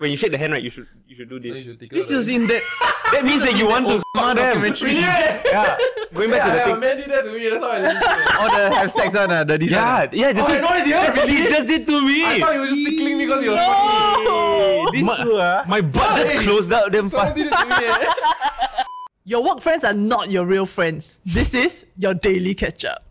When you shake the hand, right, you should you should do this. This was in that That means that you want to fuck them. Yeah, Yeah. Going back to the yeah, thing. man did that to me. That's why I didn't All the have sex on uh, the design. Yeah, yeah, Oh, that's I had no what, idea, that's what he really? just did to me. I thought he was just tickling me because he was funny. These Ma- two ah. My butt just Hey. closed out damn Someone fast. did it to me. eh. Your work friends are not your real friends. This is your daily catch up.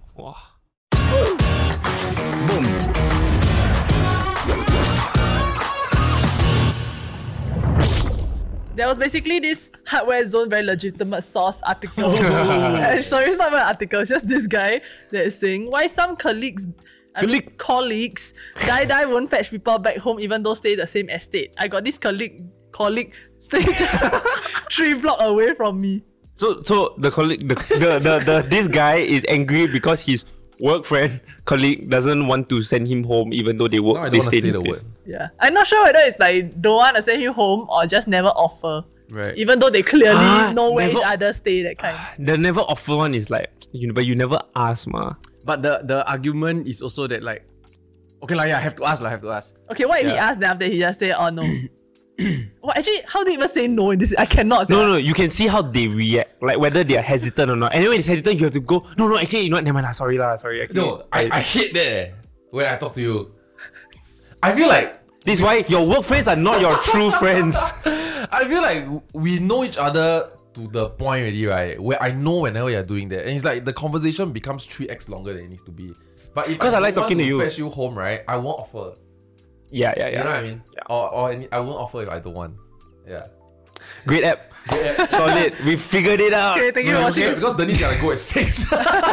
There was basically this hardware zone very legitimate source article. And Sorry, it's not even an article. It's just this guy that is saying why some colleagues, I mean, Colleague. colleagues, die die won't fetch people back home even though stay the same estate. I got this colleague colleague stay just three block away from me. So so the colleague the, the, the, the this guy is angry because his work friend colleague doesn't want to send him home even though they work. No, I don't they wanna stay say in the place. word. Yeah. I'm not sure whether it's like don't want to send him home or just never offer. Right. Even though they clearly Ah, know where each never- other stay, that kind. The never offer one is like you know, but you never ask ma. But the the argument is also that like, okay lah, yeah, have to ask lah, have to ask. Okay, what if he Yeah. asked then after he just say, oh no? well, actually, how do you even say no in this? I cannot say No, no, you can see how they react, like whether they are hesitant or not. And when it's hesitant, you have to go. No, no, actually, you know, what, never mind. lah, Sorry lah, sorry. Actually, No, I, I hate that eh, when I talk to you. I feel like This is why your work friends are not your true friends. I feel like we know each other to the point already, right? Where I know whenever you're doing that, and it's like the conversation becomes three x longer than it needs to be. But if 'Cause I like don't want talking to you. fetch you home, right? I won't offer. Yeah, yeah, yeah. You know what I mean? Or, or any, I won't offer if I don't want. Yeah. Great app. Solid. We figured it out. Okay, thank you for Because watching. because Denise gotta go at six.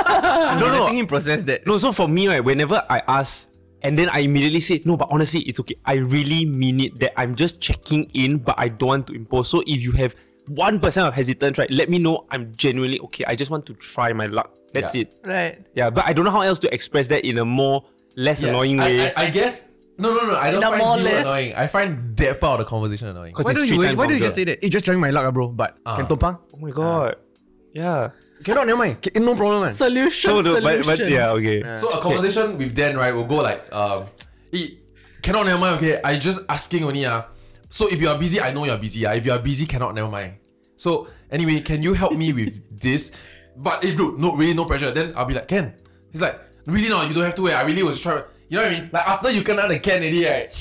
No, no. Letting him process that. No, so for me, right, whenever I ask and then I immediately say, no, but honestly, it's okay. I really mean it that I'm just checking in, but I don't want to impose. So if you have 1% of hesitance, right, let me know I'm genuinely okay. I just want to try my luck. That's Yeah. it. Right. Yeah, but I don't know how else to express that in a more, less Yeah, annoying I- way. I, I guess. No, no, no. I don't a find more you less- annoying. I find that part of the conversation annoying. 'Cause Why it's don't you three why times don't you longer. just say that? Hey, just trying my luck, ah, bro. But Ah. can topang? Oh my god. Yeah. Cannot, never mind. Ca- No problem, man. Solution, So, the, but, solutions. but yeah, okay. So a conversation with Dan, right, will go like, um, "Eh, cannot never mind. Okay, I just asking only ah. So if you are busy, I know you are busy. Ah, if you are busy, cannot never mind. So anyway, can you help me with this? But eh, dude, no, really, no pressure. Then I'll be like, can. He's like, really not. You don't have to. Eh. I really was trying. You know what I mean? Like after you can out the can already, right?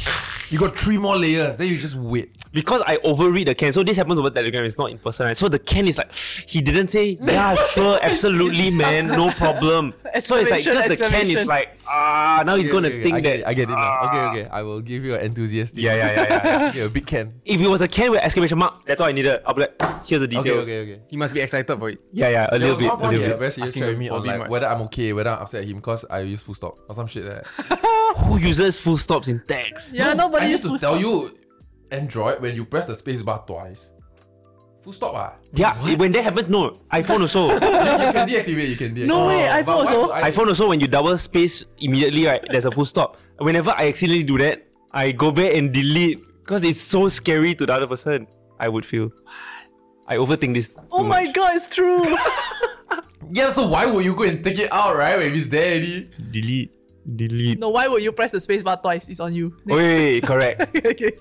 You got three more layers. Then you just wait. because I overread the can. So this happens over Telegram. It's not in person. Right? So the can is like he didn't say yeah, sure, absolutely, man, no problem. So it's like Explanation, just the can is explanation. like ah, now he's gonna think I get that it, I get it now. Okay, okay. I will give you an enthusiastic. Yeah, yeah, yeah, yeah, yeah. Okay, a big can. If it was a can with exclamation mark, that's all I needed. I'll be like, here's the Okay, details. okay, okay. He must be excited for it. Yeah, yeah, a There little was bit, one a point he little had very serious Asking chat with for me for on being like much. whether I'm okay, whether I'm upset at him because I use full stop or some shit like that. bit. Who uses full stops in text? Yeah, I nobody need is to full tell stop. you, Android, when you press the space bar twice, full stop ah. Yeah, when that happens, no iPhone also. You can deactivate, you can deactivate. No way, iPhone But why also? do I- iPhone also when you double space immediately, right? There's a full stop. Whenever I accidentally do that, I go back and delete because it's so scary to the other person. I would feel. I overthink this. Too Oh my much. god, it's true. Yeah, so why would you go and take it out, right? When it's there already. Delete. Delete. no, why would you press the space bar twice? It's on you. Wait, Next. wait, wait, correct. okay.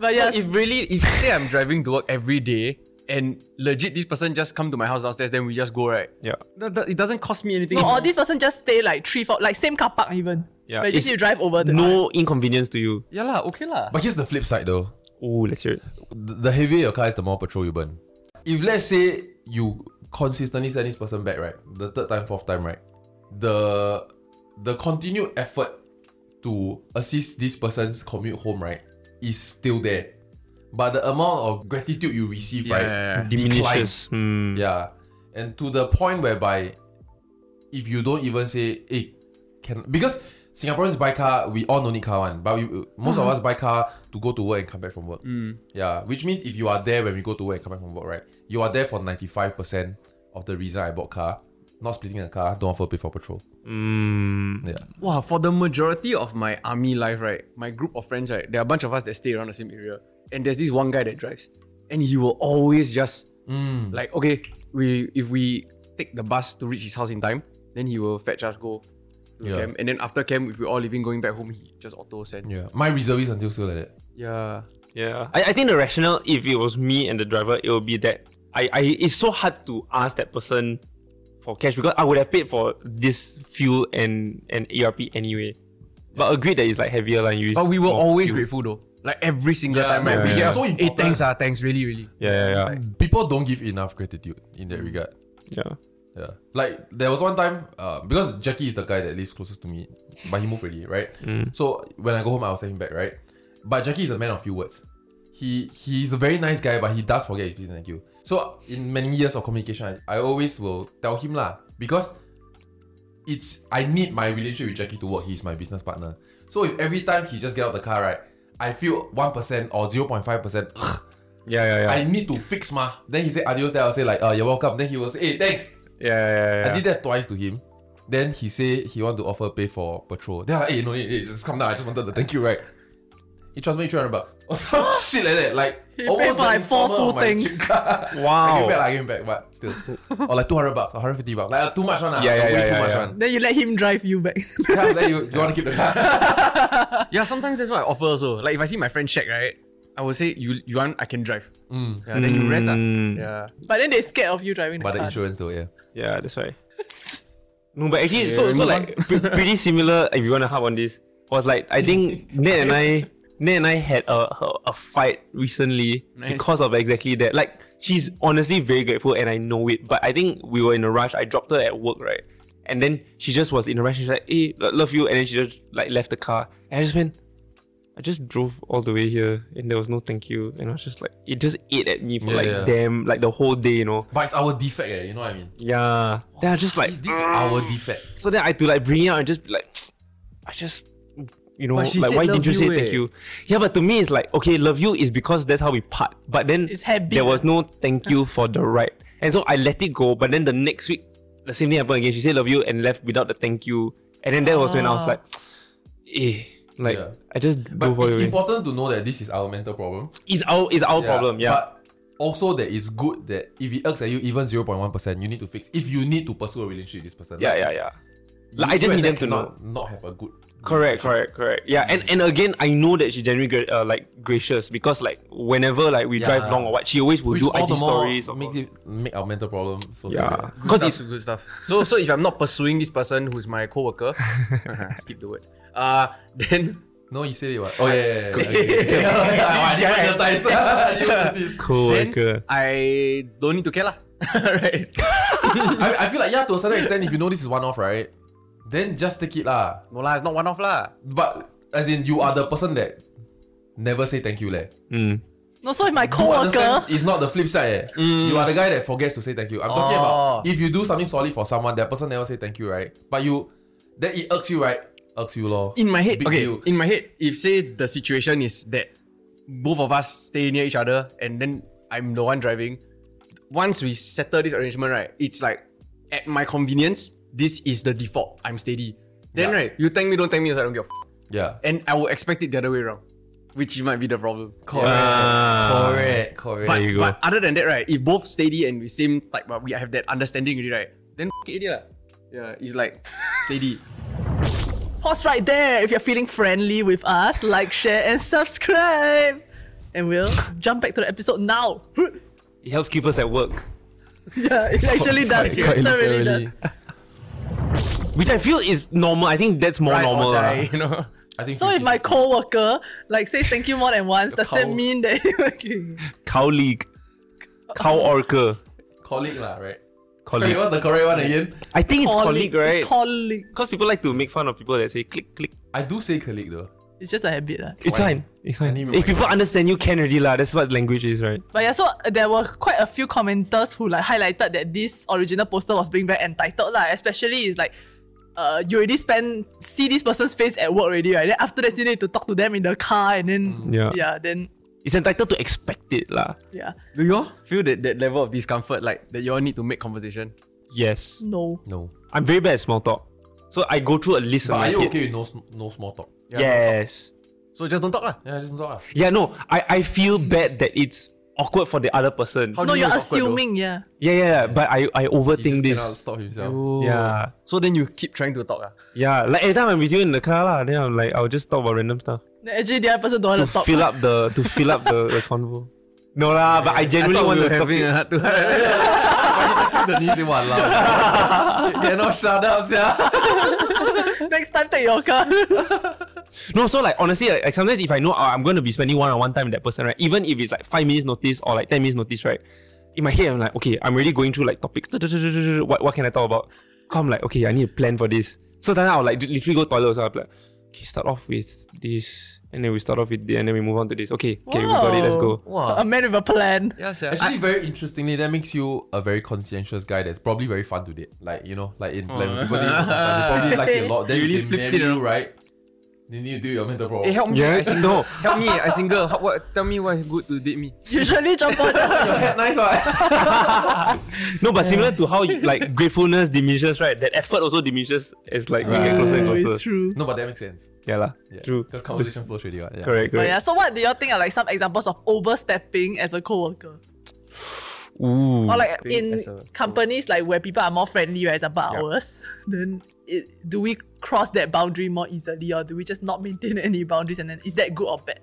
But yes, If really, if say I'm driving to work every day and legit this person just come to my house downstairs, then we just go right. Yeah. That- that- It doesn't cost me anything. no, or this person just stay like three, four, like same car park even. Yeah. But you It's- just need to drive over the No inconvenience to you. yeah lah, okay lah. But here's the flip side though. Oh, let's hear it. The the heavier your car is, the more petrol you burn. If let's say you consistently send this person back, right? The third time, fourth time, right? The the continued effort to assist this person's commute home, right, is still there. But the amount of gratitude you receive, Yeah, right, yeah, yeah. declines. Diminishes. Hmm. Yeah. And to the point whereby if you don't even say, hey, "Eh, can because Singaporeans buy car, we all don't need car one, but we, most of us buy car to go to work and come back from work. Yeah, which means if you are there when we go to work and come back from work, right? You are there for ninety five percent of the reason I bought car. Not splitting a car, don't offer pay for petrol. Wow, for the majority of my army life, right, my group of friends, right, there are a bunch of us that stay around the same area. And there's this one guy that drives. And he will always just like, okay, we if we take the bus to reach his house in time, then he will fetch us go to Yeah. camp. And then after camp, if we're all leaving, going back home, he just auto send. Yeah, my reservist until still like that. Yeah. Yeah. I, I think the rationale, if it was me and the driver, it would be that I, I it's so hard to ask that person for cash because I would have paid for this fuel and, and ARP anyway. But agreed that it's like heavier line use. But we were for always fuel. grateful though. Like every single Yeah, time, right? man, we it's get so "Eh, important." thanks, ah, thanks, really, really. Yeah, yeah, yeah. People don't give enough gratitude in that regard. yeah. Yeah. Like there was one time, uh, because Jackie is the guy that lives closest to me, but he moved already, right? So when I go home, I will send him back, right? But Jackie is a man of few words. He he's a very nice guy, but he does forget his please and thank you. So in many years of communication, I, I always will tell him lah because it's I need my relationship with Jackie to work. He's my business partner. So if every time he just get out the car, right, I feel one percent or zero point five percent. Yeah, yeah, yeah. I need to fix ma. Then he say adios. Then I'll say like, uh, you're welcome. Then he will say, hey, thanks. yeah, yeah, yeah. I did that twice to him. Then he say he want to offer pay for patrol. Then I hey no, hey, hey, just come down. I just wanted to thank you, right? He transferred me three hundred bucks or some shit like that. Like He paid for like four installment of full my things. gym card. I give back, Wow. lah, I give back, but still, or like two hundred bucks, one hundred fifty bucks, like uh, too much one, lah, Yeah, yeah, like, way yeah, too yeah, much yeah. one. Then you let him drive you back. Yeah, then you, you want to keep the car? Yeah, sometimes that's what I offer also. Like if I see my friend Shaq, right, I will say, you you want, I can drive. Mm. Yeah, then you rest. ah. Yeah. but then they scared of you driving the but the car. insurance though, yeah. Yeah, that's right. no, but actually, so, so move like pre- pretty similar. If you wanna harp on this, was like I think Ned and I, Ned and I had a a, a fight recently Nice. because of exactly that. Like she's honestly very grateful, and I know it. But I think we were in a rush. I dropped her at work, right? And then she just was in a rush. She's like, "Hey, lo- love you," and then she just like left the car. And I just went, I just drove all the way here, and there was no thank you. And I was just like, it just ate at me for Yeah, like yeah. damn, like the whole day, you know? But it's our defect, eh, you know what I mean? Yeah. Then I just like, This is our defect. so then I had to like bring it out and just be like, I just, you know, But she like said why love didn't you say you, thank eh. you? Yeah, but to me it's like okay, love you is because that's how we part. But then It's habit. there was no thank you for the right, and so I let it go. But then the next week, the same thing happened again. She said love you and left without the thank you, and then that was when I was like, eh, like Yeah. I just But do for it's it. important to know that this is our mental problem. It's our it's our problem. Yeah. But also that it's good that if it irks at you even 0.1%, you need to fix. If you need to pursue a relationship with this person. yeah, Like, yeah, yeah. you Like, I just and need that them to know. cannot- Not have a good. Correct, correct, correct. Yeah, and and again, I know that she's generally gra- uh, like gracious because like whenever like we Yeah. drive long or what, she always will Which do all IG the more stories. Or, makes it make our mental problem so yeah, severe. because That's it's some good stuff. So so if I'm not pursuing this person who's my coworker, skip the word. Uh then No, you said it what? Oh yeah, yeah, yeah. yeah, yeah, yeah. Yeah, yeah, I didn't notice. I didn't notice. coworker. then I don't need to care lah. right. I, I feel like yeah, to a certain extent, if you know this is one off, right? Then just take it lah. No lah, it's not one off lah. But as in, you are the person that never say thank you leh. No, so if my Do understand coworker, It's not the flip side. Eh. Mm. You are the guy that forgets to say thank you. I'm talking Oh. about if you do something solid for someone, that person never say thank you, right? But you, then it irks you, right? Irks you, lor. In my head, Big okay. deal. In my head, if say the situation is that both of us stay near each other and then I'm the one driving, once we settle this arrangement, right, it's like at my convenience, this is the default. I'm steady. Then Yeah. right, you thank me, don't thank me, also I don't give a f- yeah. and I will expect it the other way around, which might be the problem. Correct. correct. Correct. But, Ah. you go. but other than that, right, if both steady and we same type, but we have that understanding already, right, then f- it already lah. Yeah, it's like steady. pause right there if you're feeling friendly with us. Like, share, and subscribe. And we'll jump back to the episode now. It helps keep us at work, yeah, it actually does. God, It really literally. does. which I feel is normal. I think that's more Ride or normal. lah. die, you know. I think So if my 50-50. coworker like says thank you more than once, does that cow. mean that okay. Cow league, cow orca, colleague lah, right? Sorry, colleague. what's the correct one again? I think it's colleague, right? It's colleague. Because people like to make fun of people that say click click. I do say colleague though. It's just a habit. ah. lah. It's fine. It's fine. need If my- people understand you, can already lah. That's what language is, right? But yeah, so there were quite a few commenters who like highlighted that this original poster was being very entitled, like, especially is like uh, you already spend see this person's face at work already, right? Then after that, you need to talk to them in the car, and then Yeah. yeah, then It's entitled to expect it, lah. yeah, Do you all feel that, that level of discomfort, like that you all need to make conversation? Yes. no. No. I'm very bad at small talk. So I go through a list But in my are you head. okay with no, sm- no small talk? Yeah. Yes. So just don't talk lah. Yeah, just don't talk. ah. Yeah, no. I, I feel bad that it's awkward for the other person. How No, do you you're know it's awkward though? assuming, yeah. Yeah, yeah, yeah. But I, I He just overthink cannot this. stop himself. Yeah. So then you keep trying to talk ah? lah. Yeah. Like every time I'm with you in the car, lah, then I'm like, I'll just talk about random stuff. Then Actually, the other person don't want To to talk. fill up the to fill up the, the convo. No lah, but I I genuinely thought want to we were talk. having to- a heart to heart. the knees in one loud. Cannot shut up, sia. Next time, take your car. No, so like honestly, like, like, sometimes if I know uh, I'm going to be spending one on one time with that person, right? Even if it's like five minutes notice or like ten minutes notice, right? In my head, I'm like, okay, I'm already going through like topics. What what can I talk about? Come like, okay, I need to plan for this. So then I'll like literally go toilet. So I'll be like, okay, start off with this, and then we start off with this, and then we move on to this. Okay, okay, we got it. Let's Wow. go. a man with a plan. Yeah, sia. Actually, very interestingly, that makes you a very conscientious guy. That's probably very fun to date. Like you know, like in like when people date, you probably like it a lot. Then You really they flipped marry it, you, huh? right? Then you do your mental I, problem. hey, help me. I single. no. Help me. I single. How, what, tell me why it's good to date me. Usually, jump on. nice one. No, but similar to how like gratefulness diminishes, right? That effort also diminishes as like we get closer and Oh, closer. it's true. no, but that makes sense. Yeah, lah. Yeah. True. Because conversation flows really well. Yeah. Correct, Oh correct. yeah. So, what do y'all think are like some examples of overstepping as a coworker, Ooh. or like Being in as a- companies like where people are more friendly, right? Example ours. Then, it, do we cross that boundary more easily, or do we just not maintain any boundaries? And then, is that good or bad?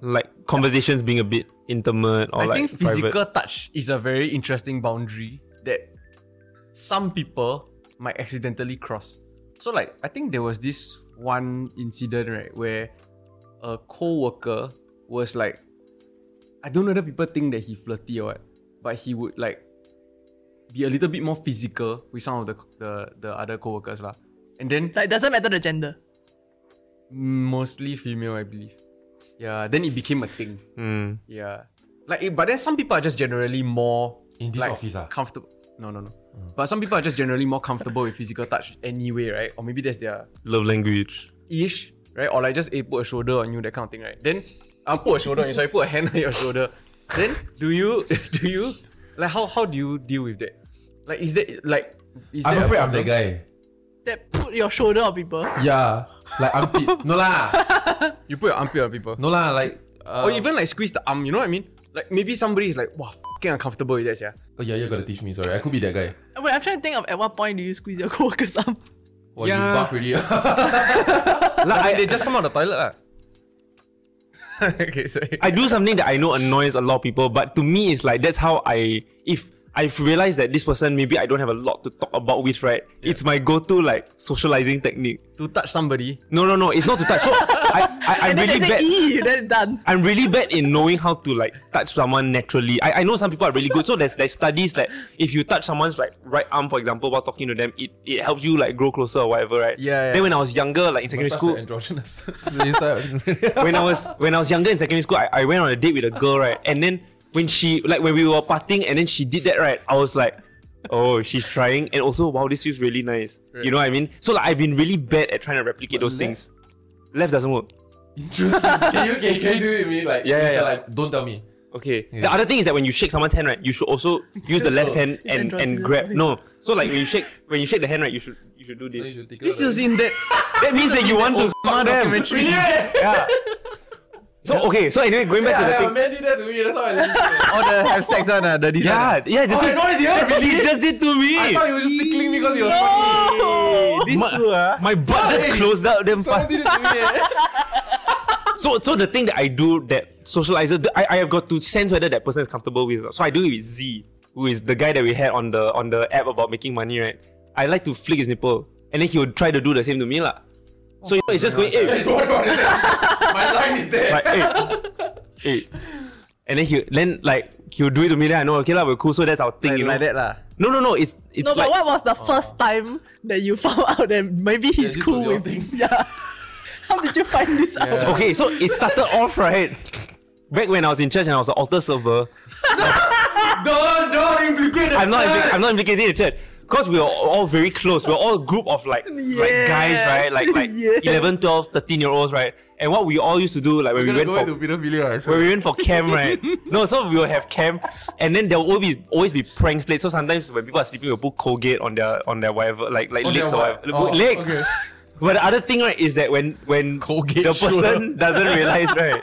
like conversations being a bit intimate or I like think physical touch is a very interesting boundary that some people might accidentally cross. So like I think there was this one incident right where a co-worker was like I don't know whether people think that he flirty or what, but he would like be a little bit more physical with some of the the, the other co-workers lah. And then Like, doesn't matter the gender. mostly female, I believe. Yeah, then it became a thing. Mm. Yeah. Like, it- but then some people are just generally more In this like, office, ah? Mm. comfortable. No, no, no. But some people are just generally more comfortable with physical touch anyway, right? Or maybe that's their love language. ish, right? Or like just eh, put a shoulder on you, that kind of thing, right? Then I'll put a shoulder on you, sorry, put a hand on your shoulder. Then do you do you like how how do you deal with that? Like is that like is I'm that a afraid I'm problem? that guy. That put your shoulder on people. Yeah. Like armpit. no lah. You put your armpit on people. No lah. Like. Uh, Or even like squeeze the arm, you know what I mean? Like maybe somebody is like, wow, fucking uncomfortable with that, yeah. Oh yeah, you gotta teach me. Sorry, I could be that guy. Wait, I'm trying to think of at what point do you squeeze your coworkers up? Well, Yeah. you buff really. Like, they just come out of the toilet. ah. okay, sorry. I do something that I know annoys a lot of people, but to me, it's like that's how I. If I've realized that this person maybe I don't have a lot to talk about with, right? It's my go-to like socializing technique. to touch somebody. No, no, no. It's not to touch. So I, I, I'm and then really they say, bad. E. "Ee," then done. I'm really bad in knowing how to like touch someone naturally. I, I know some people are really good. So there's there's studies that if you touch someone's like right arm, for example, while talking to them, it, it helps you like grow closer or whatever, right? Yeah, yeah. Then when I was younger, like in secondary school, Androgynous. They start- when I was when I was younger in secondary school, I, I went on a date with a girl, right? And then when she like when we were parting and then she did that, right? I was like, oh, she's trying, and also wow, this feels really nice. You know what I mean? So like I've been really bad at trying to replicate those things. Left doesn't work. Interesting. Can you can, can you do it with me? Like Yeah, yeah, later, yeah. Like don't tell me. Okay. The Yeah. other thing is that when you shake someone's hand, right, you should also use the left hand and, and grab. androgynous. No. So like when you shake when you shake the hand, right, you should you should do this. This in that That means that you want to fuck them. documentary. Yeah. So okay. So anyway, going back to the thing. man did that to me. That's how I. Listened. All the have sex on uh, the Yeah, design. yeah. This Oh, I had no idea, That's what he really? just did to me. I thought he was just tickling me because he was funny. These Ma- two, uh, ah. My butt just Why? closed out damn Someone fast. did it to me. eh. So, so the thing that I do that socializes, I, I have got to sense whether that person is comfortable with. it. So I do it with Z, who is the guy that we had on the on the app about making money, right? I like to flick his nipple, and then he would try to do the same to me, lah. So you know, it's just going, hey, Don't worry, it's there. My line is there. like, hey, hey. And then he then like he would do it to me. Then I know, okay lah, we're cool. So that's our thing, Like, you know. like that lah. No, no, no. It's it's No, like but what was the first time that you found out that maybe Oh. he's this was cool your with thing. Oh, Yeah. How did you find this out? Okay, so it started off right back when I was in church and I was an altar server. Don't don't implicate. the I'm not. church. I'm not implicating the church. because we were all very close. We were all a group of like, like guys, Yeah. right? Like like Yeah. 11, 12, 13 year olds, right? And what we all used to do, like when we We're went going for to pedophilia. right? So- when we went for camp, right? No, so we will have camp, and then there will always be, always be pranks played. So sometimes when people are sleeping, we'll put Colgate on their on their whatever, like like On their legs or what? whatever. Put Oh, legs. okay. But the other thing, right, is that when when Colgate the sure. person doesn't realize, right,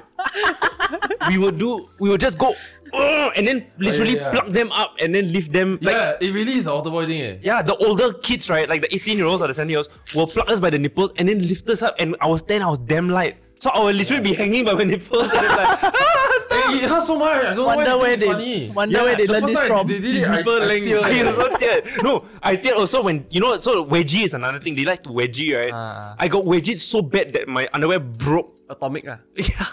we will do we will just go, "Ugh," and then literally yeah. plug them up and then leave them like. yeah, it really is the auto boy thing. Eh. Yeah, the older kids, right? Like the 18 year olds or the 17 year olds will pluck us by the nipples and then lift us up. And I was 10, I was damn light. So I will literally be hanging by my nipples. And then like, ah, stop. Eh, it hurts so much. I don't Wonder know why where they they, think it's funny. wonder where they the learn first this time from. They did it, I, I people teared, link. I eh. also teared. No, I teared also when you know. So wedgie is another thing. They like to wedgie, right? Ah. I got wedgie so bad that my underwear broke. Atomic ah. lah. Yeah,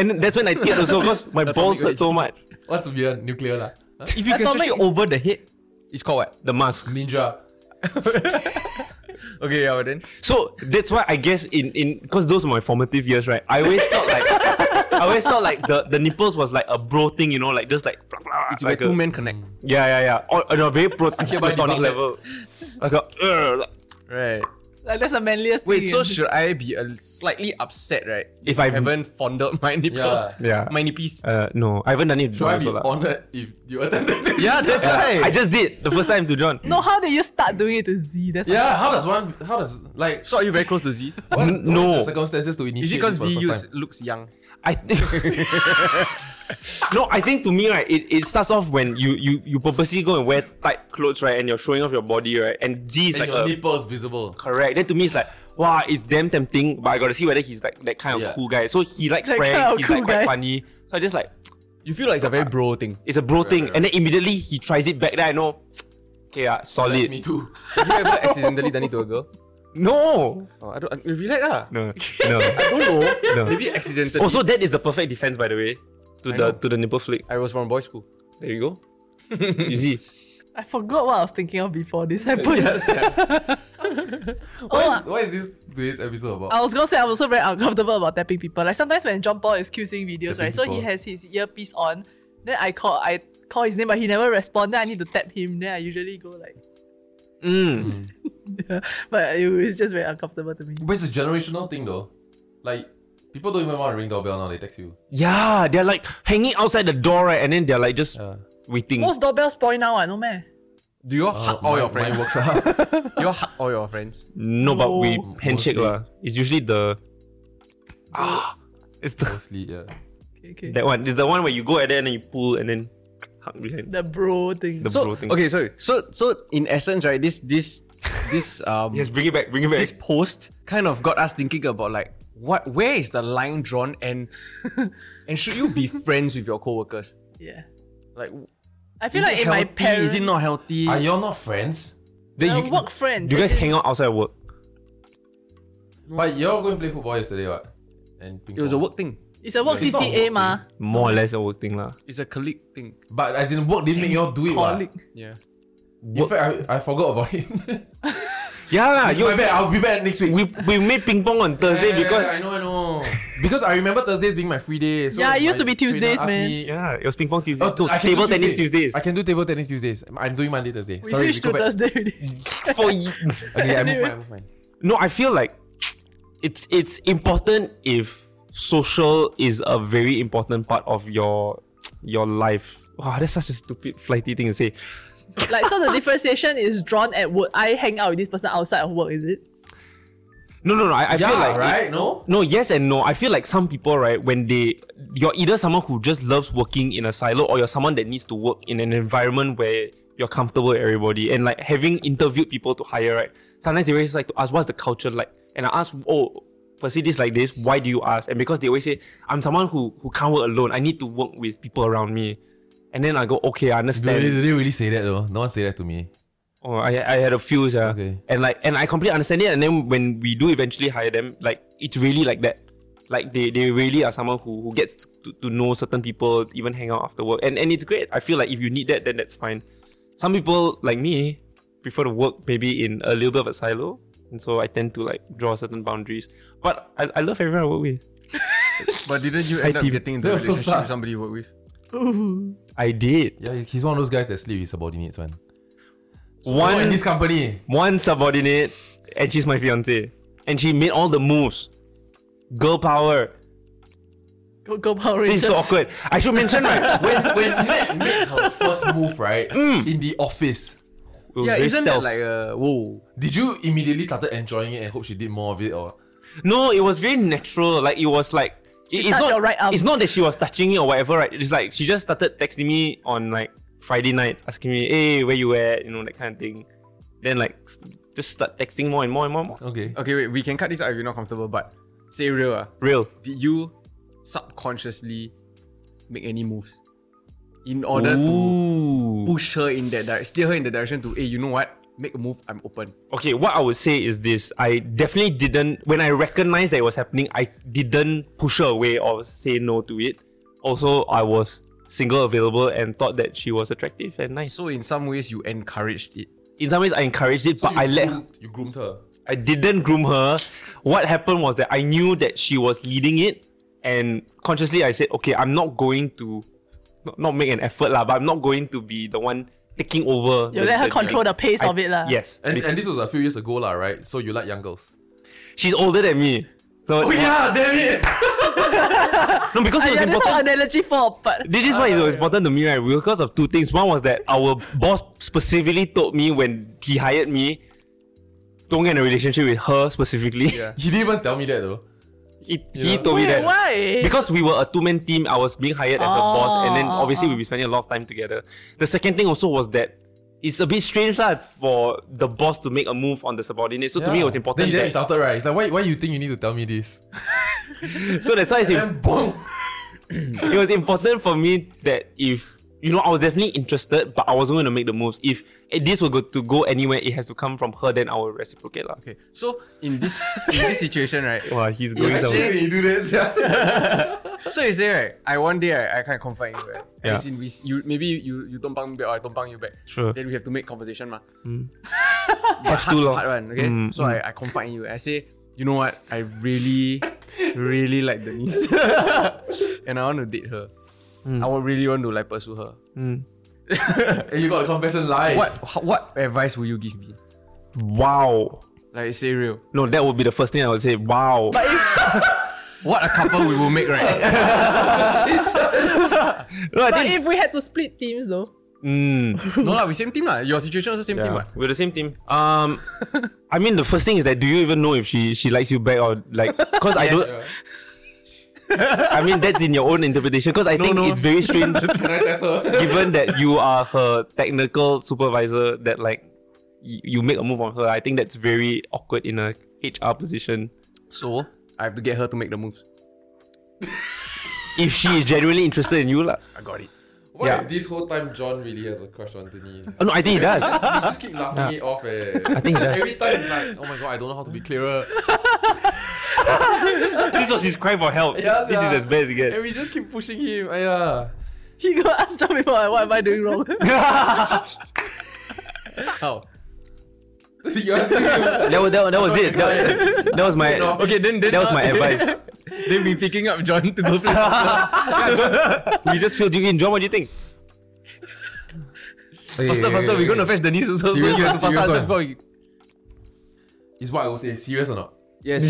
and that's when I teared also because my balls hurt so much. What's weird? Nuclear lah. If you can stretch it Atomic. over the head, it's called what? The mask. Ninja. Okay, yeah, but then So that's why I guess in in because those were my formative years, right? I always felt like I always felt like the, the nipples was like a bro thing, you know, like just like blah, blah, it's like where two a- men connect. Yeah, yeah, yeah. Or on a very pro- by platonic debunk that. level. Like a, "Ugh." Right. Like, that's the manliest Wait, thing. so should I be a slightly upset, right? If I- haven't fondled my nipples, Yeah. my nippies. uh, no, I haven't done it. to Should I John be also lah. honored if you attempted this? yeah, that's right. I just did the first time to John. no, how did you start doing it to Z? That's Yeah, how does one, how does, like, so are you very close to Z? what- N- what no. the circumstances to initiate Is it because this for Z the first use, time? looks young? I think No, I think to me, right, it, it starts off when you, you you purposely go and wear tight clothes, right, and you're showing off your body, right? And D is And like your a, nipples visible. correct. Then to me it's like, wow, it's damn tempting, but I gotta see whether he's like that kind of Yeah. cool guy. So he likes That pranks, kind of he's cool like quite guy. funny. So I just like You feel like it's a very bro thing. it's a bro thing. And then immediately he tries it back, then I know okay, uh, That's solid. me too. Have you ever accidentally done it to a girl? No. Oh, I don't. I, relax ah. No. No. I don't know. No. Maybe accidentally. also that is the perfect defense by the way. To I the know. to the nipple flick. I was from boys' school. There you go. Easy. I forgot what I was thinking of before this happened. oh, What is this today's episode about? I was gonna say I'm also very uncomfortable about tapping people. Like sometimes when John Paul is cueing videos, Tapping right? So he people. has his earpiece on. Then I call I call his name, but he never responds. Then I need to tap him. Then I usually go like, Mm. but it was just very uncomfortable to me. But it's a generational thing though. Like, people don't even want to ring doorbell now, they text you. Yeah, they're like hanging outside the door, right? And then they're like just waiting. Most doorbells spoil now, I know man. Do you all hug all your Mine friends? works out. Do you all hug all your friends? no, but we No. handshake Mostly. lah. It's usually the ah, it's the, Mostly, yeah. Okay, okay. that one. It's the one where you go at there and then you pull and then hug behind. the bro thing. The So bro thing. okay, so so so in essence, right? This this this um Yes, bring it back. Bring it back. this post kind of got us thinking about like what where is the line drawn and and should you be friends with your coworkers? yeah. Like w- I feel is like it in healthy? my parents, Is it not healthy? Are y'all Ah, not friends? Then uh, work friends, You guys as in- hang out outside work. But y'all go and play football yesterday, what? And ping it was a pong. work thing. it's a work It's not CCA, work ma. More or less a work thing lah. It's a colleague thing. But as in work didn't make y'all do it, what? Colleague. Yeah. In fact, I, I forgot about it. Yeah, lah. My Ah, you- bad, I'll be back next week. we we made ping pong on Thursday Yeah, yeah, because yeah, I know, I know. because I remember Thursdays being my free day. So Yeah, it used my to be Tuesdays, trainer asked man. me- yeah, it was ping pong Tuesday. Oh, no, I can table do tennis Tuesday. Tuesdays. I can do table tennis Tuesdays. I'm doing Monday Thursday. We Sorry, switched go to back. Thursday already. For you. Okay, I moved Anyway. mine. I moved mine. No, I feel like it's it's important if social is a very important part of your your life. Wow, that's such a stupid flighty thing to say. like so the differentiation is drawn at work. I hang out with this person outside of work, is it? No, no, no. I, I feel like Yeah, it- right? No. no, yes and no. I feel like some people, right, when they you're either someone who just loves working in a silo or you're someone that needs to work in an environment where you're comfortable with everybody. And like having interviewed people to hire, right? Sometimes they always like to ask what's the culture like? And I ask, oh, pursue this like this, why do you ask? And because they always say, I'm someone who who can't work alone. I need to work with people around me. And then I go, okay, I Did they, understand. did they really say that though? No one said that to me. Oh, I, I had a few, yeah. Okay. And like, and I completely understand it. And then when we do eventually hire them, like it's really like that. Like they, they really are someone who, who gets to, to know certain people, even hang out after work. And and it's great. I feel like if you need that, then that's fine. Some people like me prefer to work maybe in a little bit of a silo. And so I tend to like draw certain boundaries. But I, I love everyone I work with. But didn't you end end up up team. getting into a a That was so relationship relationship with sus. with somebody you work with? I did. Oh, Yeah, he's one of those guys that sleep with subordinates, man. Not in One this company. one subordinate, and she's my fiance, and she made all the moves. Girl power. Go, go Power Rangers. It's so awkward. I should mention right when When Matt made her first move, right? In the office. It was Yeah, very isn't stealth. that like a whoa? Did you immediately started enjoying it and hope she did more of it or No, it was very natural. Like it was like She it's touched not your right arm. It's not that she was touching it or whatever, right? It's like she just started texting me on like Friday night, asking me, "Hey, where you at?" You know that kind of thing. Then like s- just start texting more and more and more. And more. okay? Okay, wait, we can cut this out if you're not comfortable, but say real. ah. Real. did you subconsciously make any moves in order to push her in that direction, steer her in the direction to, hey, you know what? Make a move, I'm open. Okay, what I would say is this: I definitely didn't. When I recognized that it was happening, I didn't push her away or say no to it. Also, I was single, available, and thought that she was attractive and nice. So in some ways, you encouraged it. In some ways, I encouraged it, but I let. her- you groomed her. I didn't groom her. What happened was that I knew that she was leading it, and consciously I said, okay, I'm not going to not, not make an effort lah, but I'm not going to be the one taking over. You the- let the- her control the pace I- of it, lah. Yes, And, and this was a few years ago, lah, right? So you like young girls. she's older than me, so Oh yeah, damn it! no, because it was Ah, Yeah, that's what important. analogy for, but This is why Ah, it was important to me, right? Because of two things. One was that our boss specifically told me when he hired me, don't get in a relationship with her specifically. He didn't even tell me that though. he, he told me Wait, that. why? Because we were a two man team, I was being hired as a boss, and then obviously we'll be spending a lot of time together. The second thing also was that it's a bit strange lah for the boss to make a move on the subordinate. So to me, it was important. Then you get that, insulted, right? It's like why, why you think you need to tell me this? so that's why I say And boom. it was important for me that if you know, I was definitely interested, but I wasn't going to make the moves. If eh, this were go to go anywhere, it has to come from her. Then I will reciprocate lah. Okay, so in this in this situation, right? Wow, he's going going Yeah. somewhere. somewhere. you do this. So you say right, I one day right, I can't confide in you. Right? Yeah. As in we, s- you maybe you you don't bang me back or I don't bang you back. Sure. Then we have to make conversation, ma. Have to lah. Hard one, okay? Mm, so I, I confide in you. I say, you know what? I really, really like Denise. and I want to date her. Mm. I would really want to like pursue her. and you got a confession lie. What ho- what advice will you give me? Wow. Like say real. No, that would be the first thing I would say. Wow. What a couple we will make, right? no, I but think if we had to split teams, though, no lah, we same team lah. Your situation also same team Yeah, what? We're the same team. Um, I mean, the first thing is that do you even know if she she likes you back or like? Because I don't. I mean, that's in your own interpretation. Because I think no. it's very strange, Can I test her? given that you are her technical supervisor, that like y- you make a move on her. I think that's very awkward in a HR position. So I have to get her to make the moves. If she is genuinely interested in you, lah. I got it. Why Yeah. this whole time John really has a crush on Denise? Oh, no, I think he does. You just keep laughing it off, eh. I think he does. Every time it's like, oh my god, I don't know how to be clearer. this was his cry for help. Yeah, this yeah. is as bad as it And gets. we just keep pushing him. Ah, Yeah. he go ask John before, like, what am I doing wrong? How? you asking him. That was that, was- that was it. That, that was my Okay, then, then that was my advice. then we picking up John to go play soccer. We just filled you in. John, what do you think? faster, faster. We're gonna fetch Denise also. So Serious you one, have to faster serious answer one. before we... Is what I would say. Serious or not? Yes.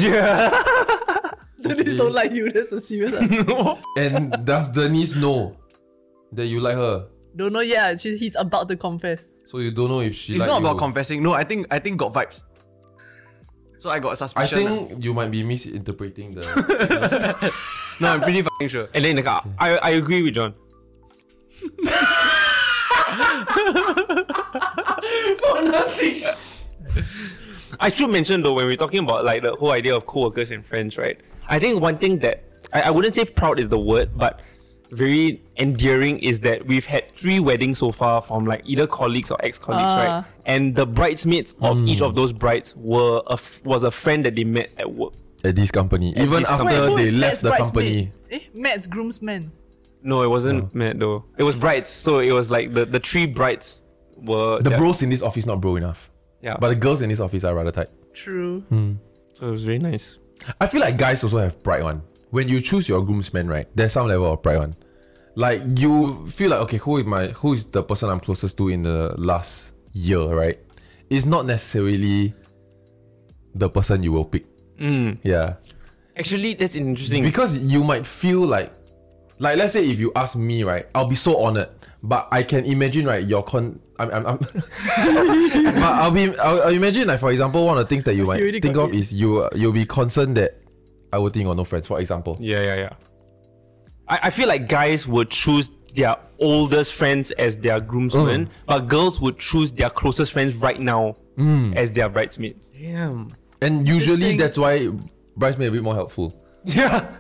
Denise don't like you. That's a serious. answer. And does Denise know that you like her? don't know. Yeah, she, he's about to confess. So you don't know if she It's like not you. about confessing. No, I think I think got vibes. So I got a I suspicion. think you might be misinterpreting the. ah. no, I'm pretty fucking sure. And then like, I, I agree with John. I should mention though, when we're talking about like the whole idea of co-workers and friends, right? I think one thing that I, I wouldn't say proud is the word, but very endearing is that we've had three weddings so far from like either colleagues or ex-colleagues, right? And the bridesmaids of each of those brides were a f- was a friend that they met at work. At this company, even this after company. who they is left Matt's the company. bridesmaid? Eh, Matt's groomsman. No, it wasn't Matt though. It was brides. So it was like the, the three brides were The yeah, bros in this office not bro enough, Yeah, but the girls in this office are rather tight. True. Hmm. so it was very nice. I feel like guys also have pride one. When you choose your groomsmen, right, there's some level of pride one. Like you feel like okay, who is my who is the person I'm closest to in the last year, right? is not necessarily the person you will pick. Yeah. Actually, that's interesting. Because you might feel like, like let's say if you ask me, right, I'll be so honored. But I can imagine, right, your con. I'm, I'm, I'm but I'll be, I'll, I'll imagine, like for example, one of the things that you might already think got of it. is you, you'll be concerned that I will think of no friends. For example, yeah, yeah, yeah. I, I feel like guys would choose their oldest friends as their Mm. groomsmen, but girls would choose their closest friends right now Mm. as their bridesmaids. Damn. and usually Interesting. that's why bridesmaid a bit more helpful. Yeah.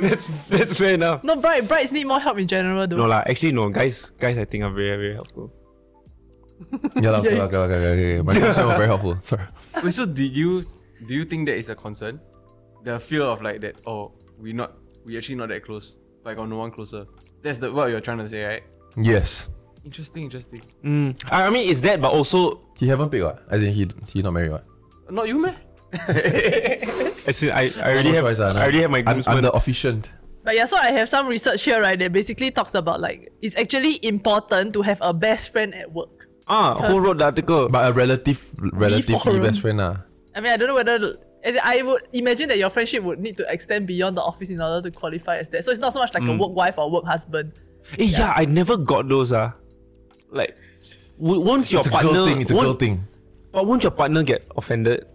that's that's fair enough. No, bright brides need more help in general though. No lah, actually no, guys guys I think are very very helpful. Yeah, lah, okay, lah, okay, lah, okay, lah, okay, okay. My question was very helpful. Sorry. Wait, so do you do you think that is a concern? The fear of like that, oh, we not we actually not that close. Like or no one closer. That's the what you're trying to say, right? Yes, Interesting, interesting. I, I mean it's that but also he haven't picked what? I think he he not married what? Not you, man. as in, I, I already No have choice, ah, nah. I already have my I'm, I'm groomsmen. the officiant. But yeah, so I have some research here, right, that basically talks about like it's actually important to have a best friend at work. ah, who Cause- wrote the article? But a relative, relatively forum. best friend ah. I mean, I don't know whether as in, I would imagine that your friendship would need to extend beyond the office in order to qualify as that. So it's not so much like a work wife or work husband. Eh, yeah. I never got those ah. Like wo- won't your It's a partner girl thing. It's a girl won't- thing. But won't your partner get offended?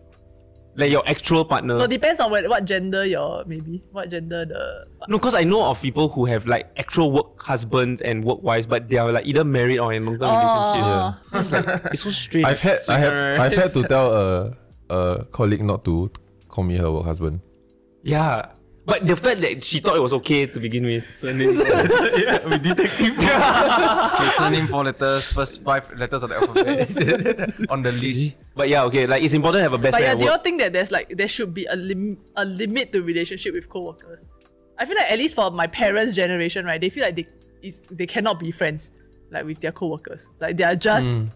Like your actual partner? No, depends on what, what gender your maybe what gender the No, because I know of people who have like actual work husbands and work wives, but they are like either married or in long term relationship. It's like it's so strange. Oh. I've had I have I've had to tell a a colleague not to call me her work husband. yeah. But the fact that she thought it was okay to begin with. Okay, surname four letters, first five letters of the alphabet on the list. But yeah, okay, like it's important to have a best But yeah, friend. do at you work. all think that there's like there should be a lim- a limit to relationship with coworkers? I feel like at least for my parents' generation, right, they feel like they is they cannot be friends like with their coworkers. Like they are just.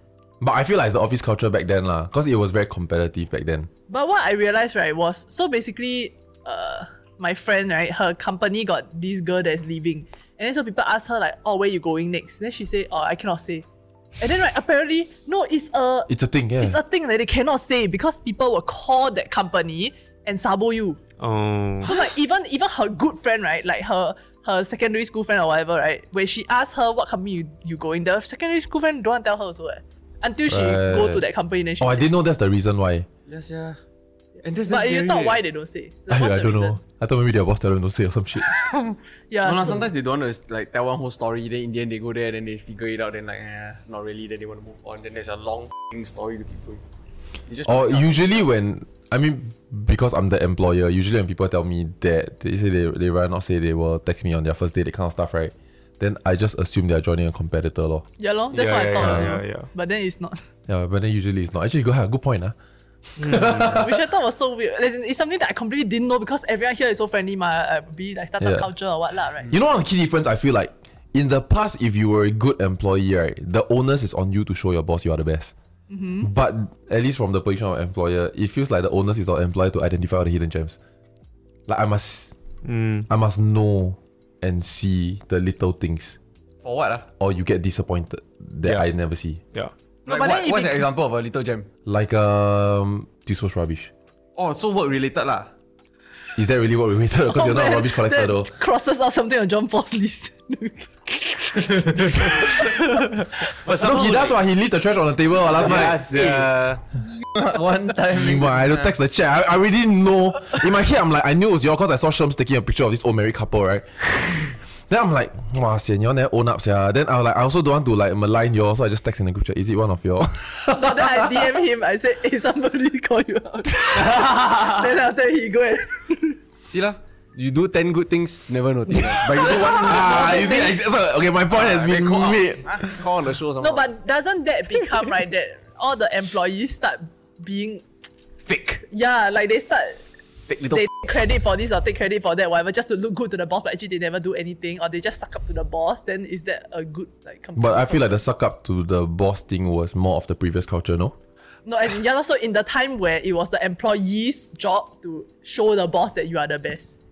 But I feel like it's the office culture back then lah, cause it was very competitive back then. But what I realized right was so basically, uh, my friend right, her company got this girl that's leaving, and then so people ask her like, "Oh, where you going next?" Then she say, "Oh, I cannot say." And then right, apparently, no, it's a It's a thing, yeah. it's a thing that they cannot say because people will call that company and sabo you. Oh. So like even even her good friend, right? Like her her secondary school friend or whatever, right? When she asked her what company you, you going, the secondary school friend don't want to tell her also. Eh. Until she Right. go to that company then she oh, I say. didn't know that's the reason why. Yes, yeah. And that's eh. But you thought why they don't say? Like, I, what's I the don't reason? know. I thought maybe their boss tell them to say or some shit. Yeah. No, no, so- sometimes they don't want to like tell one whole story, then in the end they go there, then they figure it out, then like, eh, not really, then they want to move on, then there's a long f***ing story to keep going. Oh, You just or make up- usually when I mean because I'm the employer, usually when people tell me that they say they they rather not say they will text me on their first date, that kind of stuff, right? Then I just assume they're joining a competitor, lor. yeah, lor. That's Yeah, what I yeah, thought. yeah, also. yeah, yeah. But then it's not. Yeah, but then usually it's not. Actually, go ahead. Good point, ah. Which I thought was so weird. As in, It's something that I completely didn't know because everyone here is so friendly, my uh, be it like startup Yeah. culture or what lah, right? You know one of the key difference I feel like in the past, if you were a good employee, right, the onus is on you to show your boss you are the best. But at least from the position of employer, it feels like the onus is on employer to identify all the hidden gems. Like I must, I must know and see the little things, for what? Ah? or you get disappointed that Yeah. I never see. Yeah. but Like, what- then if what's it- an example of a little gem? Like um, this was rubbish. Oh, so work related lah. Is that really what we waited? Because you're not a Man, rubbish collector, that though. Crosses out something on John Paul's list. But No, he does what he leave the trash on the table ah, last night. Yes, yeah. One time. Meanwhile, I don't text the chat. I, I already know. In my head, I'm like, I knew it was y'all because I saw Sherms taking a picture of this old married couple, right? then I'm like, wow, sian, y'all never own up, sia. Then I was like, I also don't want to like malign y'all, so I just text in the group chat. Is it one of y'all? no, then I DM him. I said, "Hey, somebody call you out." then after he go and See lah, you do ten good things, never notice. but you do one. ah, is it? ex- So, okay, my point has been call, made. out, ah, call on the show. no, but doesn't that become right that all the employees start being fake, yeah, like they start fake little. they f- take credit for this or take credit for that, whatever, just to look good to the boss, but actually they never do anything or they just suck up to the boss. Then is that a good like? company But I feel like culture? the suck up to the boss thing was more of the previous culture, no? no, as in, yeah, lah, so in the time where it was the employee's job to show the boss that you are the best,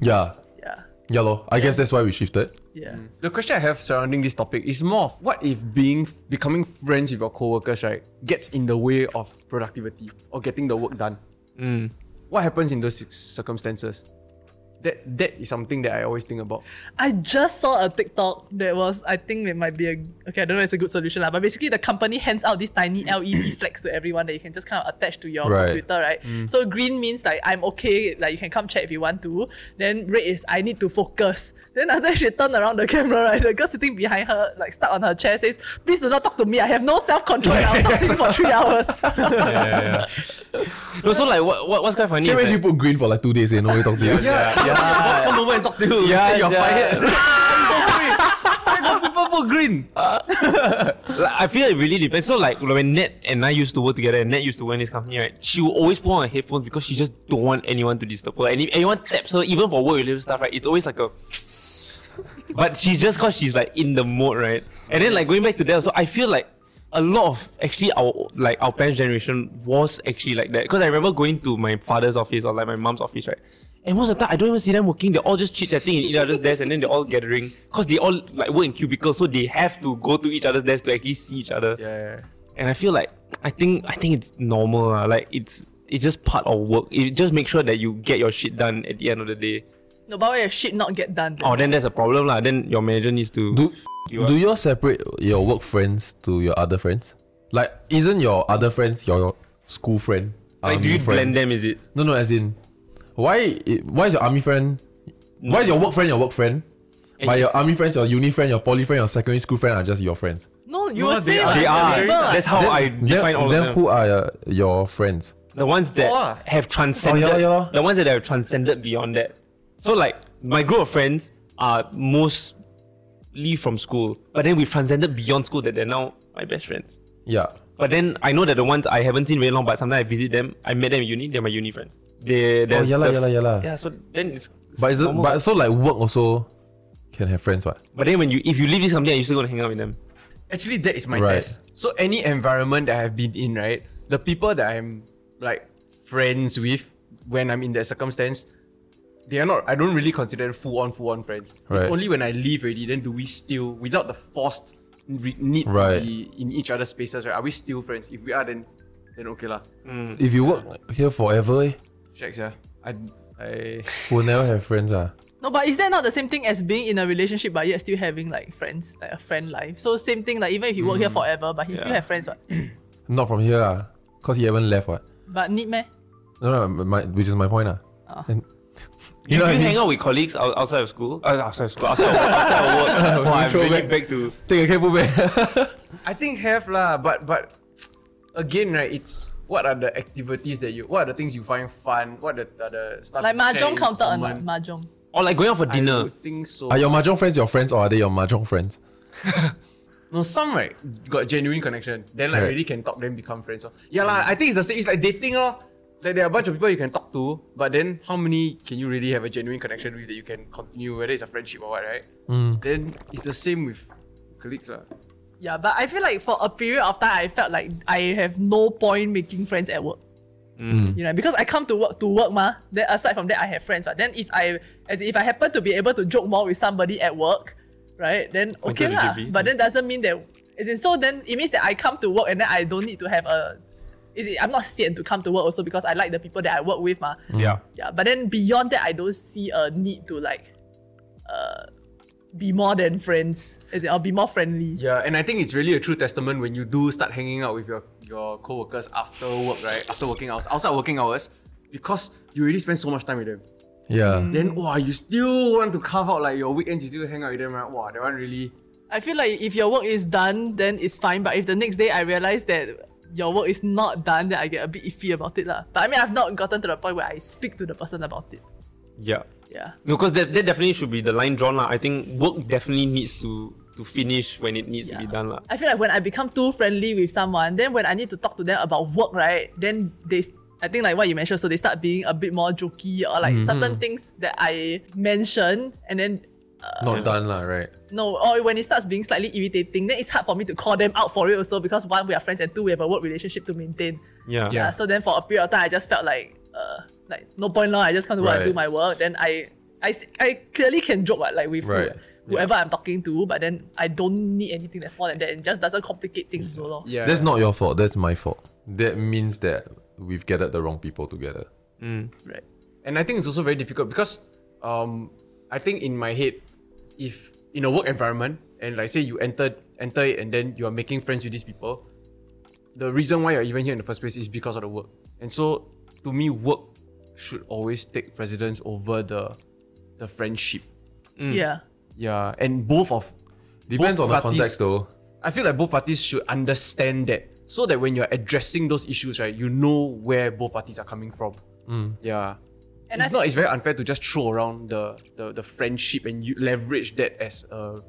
Yeah. yeah. Yeah, lor. I guess that's why we shifted. Yeah. The question I have surrounding this topic is more of what if being becoming friends with your coworkers, right, gets in the way of productivity or getting the work done. Hmm. What happens in those circumstances? That that is something that I always think about. I just saw a TikTok that was, I think it might be a, okay, I don't know if it's a good solution, lah, but basically the company hands out these tiny LED flags to everyone that you can just kind of attach to your Right. computer, right? So green means like, I'm okay, like you can come chat if you want to. Then red is, I need to focus. Then after she turned around the camera, right, the girl sitting behind her, like stuck on her chair, says, please do not talk to me, I have no self-control, I'll talk to you for three hours. Yeah, yeah, yeah. No, so like what, what what's quite funny? Can't is imagine you that- put green for like two days and nobody talk to you. Yeah, your boss come over and talk to you. Yeah, say you're yeah. fired. I got people for green. like, Uh, I feel it really depends. So like when Ned and I used to work together, and Ned used to work in this company, right? She will always put on her headphones because she just don't want anyone to disturb her. And if anyone taps her, even for work related stuff, right? It's always like a. but she just cause she's like in the mode, right? And then like going back to that, so I feel like a lot of actually our like our parents' generation was actually like that. Because I remember going to my father's office or like my mom's office, right? And most of the time, I don't even see them working. They're all just chit chatting in each other's desk, and then they're all gathering because they all like work in cubicles, so they have to go to each other's desk to actually see each other. Yeah, yeah. And I feel like I think I think it's normal. lah. Like it's it's just part of work. It just make sure that you get your shit done at the end of the day. no, but why your shit not get done? Oh, then that's a problem, lah. Then your manager needs to. Do, you do up. you all separate your work friends to your other friends? Like, isn't your other friends your school friend? like, do army you friend? blend them? Is it? No, no. As in, why? i- Why is your army friend? Why is your work friend your work friend? But your army friends, your uni friend, your poly friend, your secondary school friend are just your friends. No, you No, were they saying are- like, They They are. are. ah, That's how Then- I then- define all then of them. who are your, your friends? The ones that Oh, ah. have transcended. Oh, yeah, yeah. The ones that have transcended beyond that. So like my group of friends are mostly from school, but then we've transcended beyond school that they're now my best friends. Yeah. But then I know that the ones I haven't seen very long, but sometimes I visit them. I met them in uni. They're my uni friends. They, Oh, there's yeah, lah, the- yeah, lah, yeah, lah. Yeah. So then it's. But is it, normal. but so like work also can have friends, what? But then when you if you leave this company, are you still gonna hang out with them? Actually, that is my Right. test. So any environment that I've been in, right, the people that I'm like friends with when I'm in that circumstance, they are not. I don't really consider them full on, full on friends. It's Right. only when I leave already, then do we still without the forced re- need Right. to be in each other's spaces, right? Are we still friends? If we are, then then okay lah. Mm. If you work here forever, eh, Checks, yeah. I I we'll never have friends, ah. No, but is that not the same thing as being in a relationship but yet still having like friends, like a friend life? So same thing, like even if you work here forever, but he still have friends, what? Not from here, ah. Cause he haven't left, what? But need meh? No, no, my, which is my point, ah. And, You, know you what I mean? hang out with colleagues out- outside of school? Uh, outside of school, outside of, outside of work. Wow, I'm bringing Throwback. back to Take a cable back. I think have lah, but but again, right? It's what are the activities that you? What are the things you find fun? What are the, are the stuff? Like you share mahjong in counted or not? common? Mahjong. or like going out for I dinner. would think so. Are your mahjong friends your friends or are they your mahjong friends? no, some right got genuine connection. Then like Right. really can talk, then become friends. So, yeah lah, I think it's the same. It's like dating lor. Like there are a bunch of people you can talk to, but then how many can you really have a genuine connection with that you can continue, whether it's a friendship or what, right? Then it's the same with colleagues lah. Yeah, but I feel like for a period of time, I felt like I have no point making friends at work. You know, because I come to work to work, ma. Then aside from that, I have friends. But then if I, as in if I happen to be able to joke more with somebody at work, right? Then okay totally lah. agree. But then doesn't mean that. Is it so? Then it means that I come to work and then I don't need to have a. Is it? I'm not scared to come to work also because I like the people that I work with, ma. Yeah. Yeah, but then beyond that, I don't see a need to like, uh, be more than friends. Is it? Or be more friendly. Yeah, and I think it's really a true testament when you do start hanging out with your your coworkers after work, right? After working hours, outside working hours, because you already spend so much time with them. Yeah. Then wow, you still want to carve out like your weekends, you still hang out with them, right? Wow, that one really I feel like if your work is done, then it's fine. But if the next day I realize that your work is not done, then I get a bit iffy about it. lah. But I mean, I've not gotten to the point where I speak to the person about it. Yeah. Yeah. No, because that, that definitely should be the line drawn. lah. I think work definitely needs to to finish when it needs to be Yeah. done. lah. I feel like when I become too friendly with someone, then when I need to talk to them about work, right, then they, I think like what you mentioned, so they start being a bit more jokey or like certain things that I mention, and then Not done lah, right? no, or when it starts being slightly irritating, then it's hard for me to call them out for it also because one, we are friends, and two, we have a work relationship to maintain. Yeah. Yeah. So then for a period of time, I just felt like, uh, like no point long. I just come to work and Right. do my work. Then I, I, st- I clearly can joke what, like with who- Right. whoever I'm talking to, but then I don't need anything that's more than that. It just doesn't complicate things so long. Yeah. That's not your fault. That's my fault. That means that we've gathered the wrong people together. Right. And I think it's also very difficult because um, I think in my head, if in a work environment and like say you enter enter it and then you are making friends with these people, the reason why you're even here in the first place is because of the work. And so to me, work should always take precedence over the the friendship. Yeah. Yeah. And both of Depends Both on the parties- context though. I feel like both parties should understand that so that when you're addressing those issues, right, you know where both parties are coming from. Yeah. And I if not, it's very unfair to just throw around the, the, the friendship and you leverage that as a,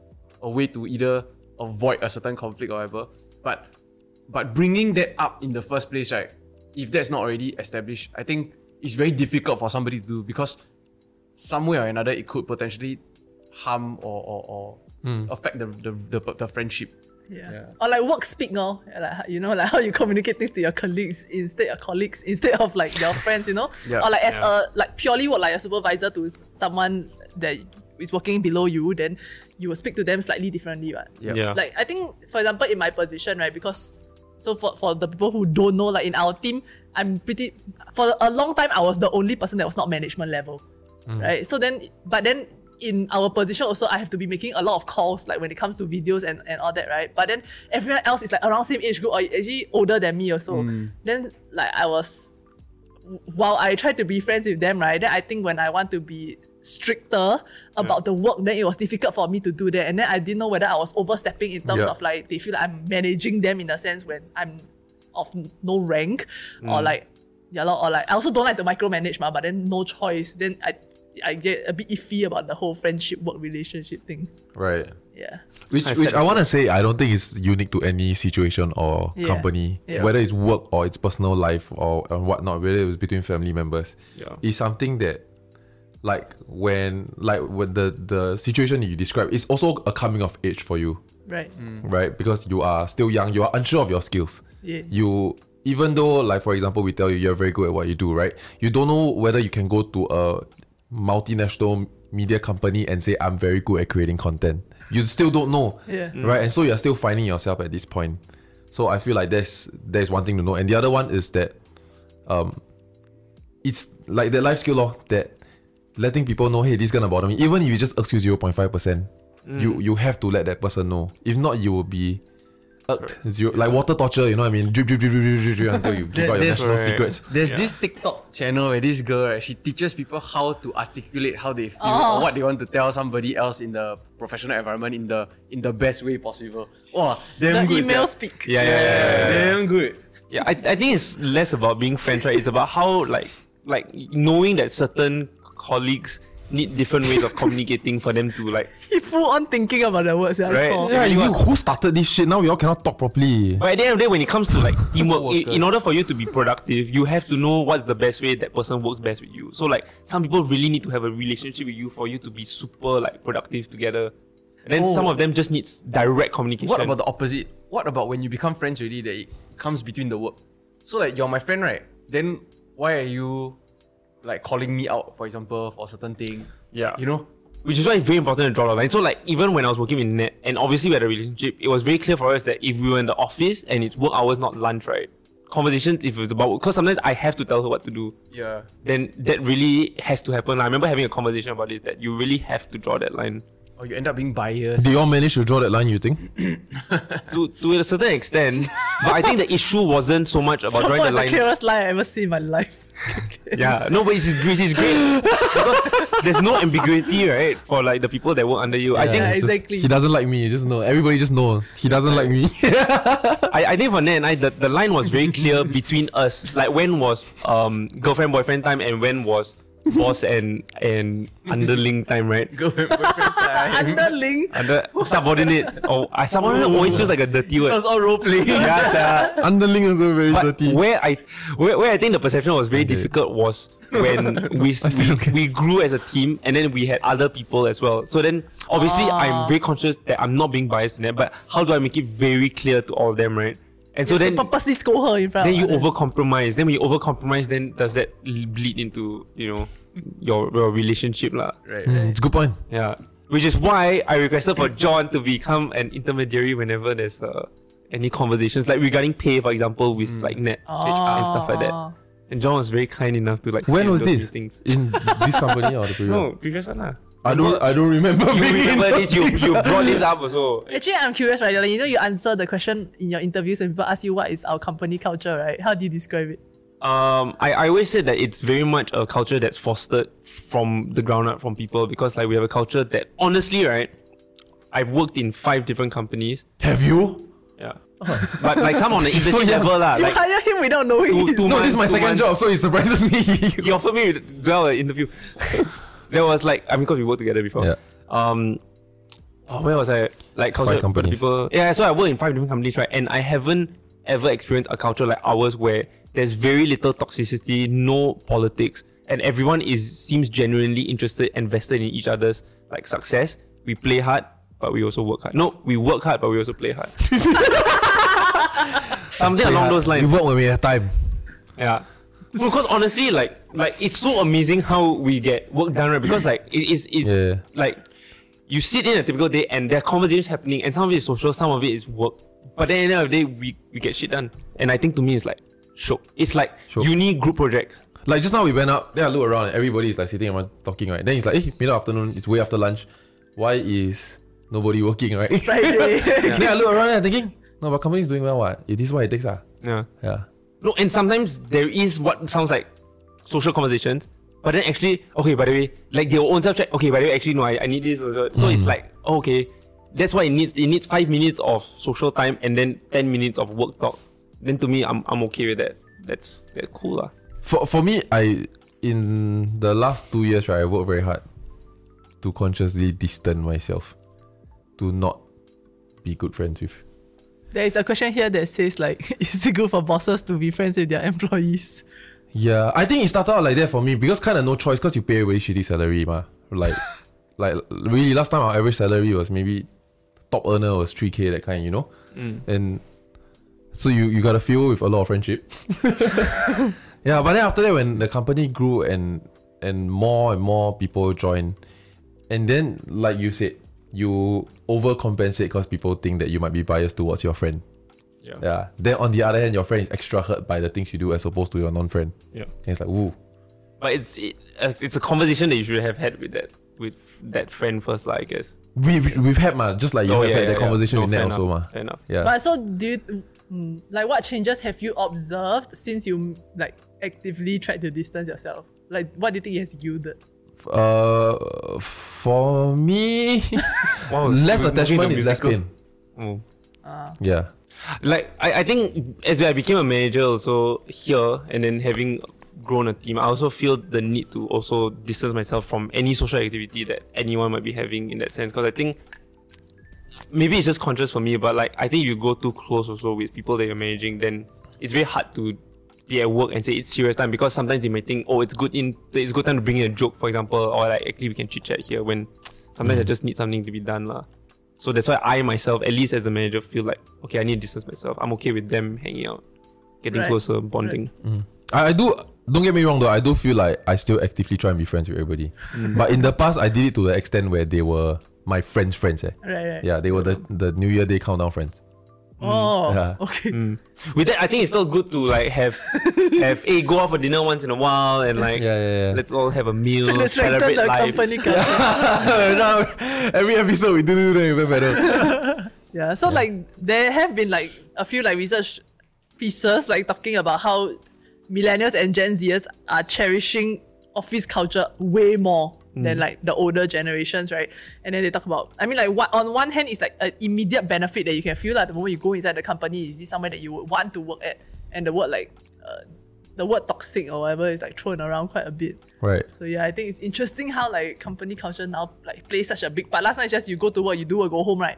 a way to either avoid a certain conflict or whatever. But but bringing that up in the first place, right? If that's not already established, I think it's very difficult for somebody to do because somewhere or another it could potentially harm or or, or affect the, the, the the friendship. Yeah. Yeah. Or like work speak now. Like how- you know, like how you communicate things to your colleagues instead of colleagues instead of like your friends, you know? Yeah. Or like as a like purely what like a supervisor to s- someone that is working below you, then you will speak to them slightly differently, right? Yeah. Like I think for example in my position, right, because so for, for the people who don't know, like in our team, I'm pretty for a long time I was the only person that was not management level. Right? So then but then in our position also I have to be making a lot of calls like when it comes to videos and, and all that, right? But then everyone else is like around same age group or actually older than me also. Then like I was while I tried to be friends with them, right, then I think when I want to be stricter about the work, then it was difficult for me to do that. And then I didn't know whether I was overstepping in terms Yeah. of like they feel like I'm managing them in a sense when I'm of no rank Mm. or like yeah, lor, or like I also don't like to micromanage ma, but then no choice. Then I I get a bit iffy about the whole friendship work relationship thing. Right. Yeah. Which, I which said- I want to say, I don't think it's unique to any situation or Yeah. company, Yeah. whether it's work or it's personal life or and whatnot, whether it was between family members. Yeah. It's something that, like when like when the the situation you describe, it's also a coming of age for you, Right. Mm. right? Because you are still young, you are unsure of your skills. Yeah. You even though like for example, we tell you you're very good at what you do, right? You don't know whether you can go to a multinational media company and say I'm very good at creating content. You still don't know Yeah. right? And so you're still finding yourself at this point. So I feel like there's there's one thing to know, and the other one is that, um, it's like the life skill law that letting people know, hey, this is gonna bother me. Even if you just excuse zero point five percent, you you have to let that person know. If not, you will be. irked. Zero, like water torture, you know what I mean? Drip, drip, drip, drip, drip, drip, drip until you give That- out your that's- national secrets. There's this TikTok channel where this girl right, she teaches people how to articulate how they feel or what they want to tell somebody else in the professional environment in the in the best way possible. Wow, The damn good. email sia. speak. Yeah, yeah, yeah, yeah, yeah. Damn good. Yeah, I, I think it's less about being friends, right? It's about how like like knowing that certain colleagues need different ways of communicating for them to like. He full on thinking about the words that I Right. saw. Yeah, you, who started this shit? Now we all cannot talk properly. But at the end of the day, when it comes to like teamwork, i- Worker. in order for you to be productive, you have to know what's the best way that person works best with you. So like some people really need to have a relationship with you for you to be super like productive together. And then some of them just needs direct communication. What about the opposite? What about when you become friends really that it comes between the work? So like you're my friend, right? Then why are you like calling me out, for example, for a certain thing? Yeah. You know? which is why it's very important to draw the line. So like even when I was working in net and obviously we had a relationship, it was very clear for us that if we were in the office and it's work hours, not lunch, right? Conversations if it's about because sometimes I have to tell her what to do. Yeah. Then that really has to happen. I remember having a conversation about this that you really have to draw that line. Or you end up being biased. Do you all manage to draw that line, you think? To to a certain extent. but I think the issue wasn't so much about drawing the It's the line. clearest line I ever seen in my life. Yeah, no, but it's great. It's great because there's no ambiguity, right? For like the people that work under you, I think Yeah, it's just- exactly. he doesn't like me. You just know. Everybody just know. He doesn't like me. I, I think for Nat and I, the, the line was very clear between us. Like when was um girlfriend boyfriend time and when was boss and and underling time, right? Girlfriend, boyfriend time. Mm-hmm. Underling. Under subordinate. Oh, I subordinate always feels like a dirty So word. it's all role playing. Yeah, sia. Underling also very But dirty. where I where, where I think the perception was very Okay. difficult was when we, we still okay. we grew as a team and then we had other people as well. So then obviously I'm very conscious that I'm not being biased in that, but how do I make it very clear to all of them, right? And so then purposely scold her in front then of you others. overcompromise. Then when you overcompromise, then does that l- bleed into you know your, your relationship lah. Right, Mm, right. it's a good point. Yeah. Which is why I requested for John to become an intermediary whenever there's uh, any conversations, like regarding pay, for example, with like net HR and stuff like that. And John was very kind enough to like. When sit in was those this? meetings. In this company or the previous? No, previous one lah. I don't. I don't remember. You being in remember those this? You, things. you brought this up also. Actually, I'm curious, right? Like, you know, you answer the question in your interviews when people ask you what is our company culture, right? How do you describe it? Um, I, I always said that it's very much a culture that's fostered from the ground up from people because like we have a culture that honestly, right? I've worked in five different companies. Have you? Yeah. but like some on the She's so internship young. level lah. You Like, hire him without knowing. two- his- two No, this is my months, two second months. job, so it surprises me. he offered me to do an interview. there was like I mean, because we worked together before. Yeah. Um, oh, where was I? Like culture for the companies. People. Yeah, so I work in five different companies, right? And I haven't ever experienced a culture like ours where there's very little toxicity, no politics, and everyone is seems genuinely interested and vested in each other's like success. We play hard, but we also work hard. No, we work hard, but we also play hard. Something along those lines. We work when we have time. Yeah. Because honestly, like, like it's so amazing how we get work done, right? Because like it is, it's Yeah. like you sit in a typical day and there are conversations happening, and some of it is social, some of it is work. But then at the end of the day, we, we get shit done. And I think to me, it's like shook. It's like Shiok. uni group projects. Like just now we went up, then I look around and everybody is like sitting around talking, right? Then it's like, hey, middle afternoon, it's way after lunch. Why is nobody working, right? Friday. then I look around and I'm thinking, no, but company is doing well, what? It is what it takes, ah. Yeah. Yeah. No, and sometimes there is what sounds like social conversations, but then actually, okay, by the way, like they will own self check, okay, by the way, actually, no, I, I need this. uh, uh, So Mm. it's like, oh, okay, that's why it needs. It needs five minutes of social time and then 10 minutes of work talk. Then to me, I'm, I'm okay with that. That's that's cool. lah. For for me, I in the last two years, right, I worked very hard to consciously distance myself. To not be good friends with. there is a question here that says like, is it good for bosses to be friends with their employees? Yeah, I think it started out like that for me because kind of no choice because you pay a really shitty salary, ma. Like, like really, last time our average salary was maybe top earner was three k that kind, you know. And so you you gotta feel with a lot of friendship. yeah, but then after that, when the company grew and and more and more people joined, and then like you said, you overcompensate because people think that you might be biased towards your friend. Yeah. Yeah. Then on the other hand, your friend is extra hurt by the things you do as opposed to your non-friend. Yeah. And it's like, ooh, But it's it, uh, it's a conversation that you should have had with that with that friend first, lah, I guess. we've we've had ma, just like you Oh, have yeah, had yeah, that yeah. conversation No, with fair Nat enough, also, ma. fair enough. Yeah. But so do you, mm, like what changes have you observed since you like actively tried to distance yourself? Like what do you think it has yielded? uh, for me, less we're moving attachment to is less Oh, musical. pain. Oh. Ah. Yeah. like I, I think as I became a manager also here and then having grown a team, I also feel the need to also distance myself from any social activity that anyone might be having in that sense. Because I think maybe it's just conscious for me, but like I think if you go too close also with people that you're managing, then it's very hard to be at work and say it's serious time because sometimes they may think, oh, it's good in it's good time to bring in a joke, for example, or like actually we can chit chat here when sometimes I Mm. just need something to be done lah. So that's why I myself, at least as a manager, feel like okay, I need to distance myself. I'm okay with them hanging out, getting Right. closer, bonding. I, I do don't get me wrong though, I do feel like I still actively try and be friends with everybody. Mm. but in the past I did it to the extent where they were my friends' friends. Eh. Right, right. Yeah, they were the, the New Year Day countdown friends. Mm, Oh, Yeah. okay. With that, I think it's still good to like have have hey go out for dinner once in a while and like Yeah, yeah, yeah. let's all have a meal, Let's strengthen celebrate the life. company culture. now, every episode we do do do even better. Yeah, so like there have been like a few like research pieces like talking about how millennials and Gen Zers are cherishing office culture way more than like the older generations, right? And then they talk about I mean like what on one hand it's like an immediate benefit that you can feel like the moment you go inside the company, is this somewhere that you would want to work at? And the word like uh, the word toxic or whatever is like thrown around quite a bit. right. So yeah, I think it's interesting how like company culture now like plays such a big part. Last night it's just you go to work, you do work, go home, right?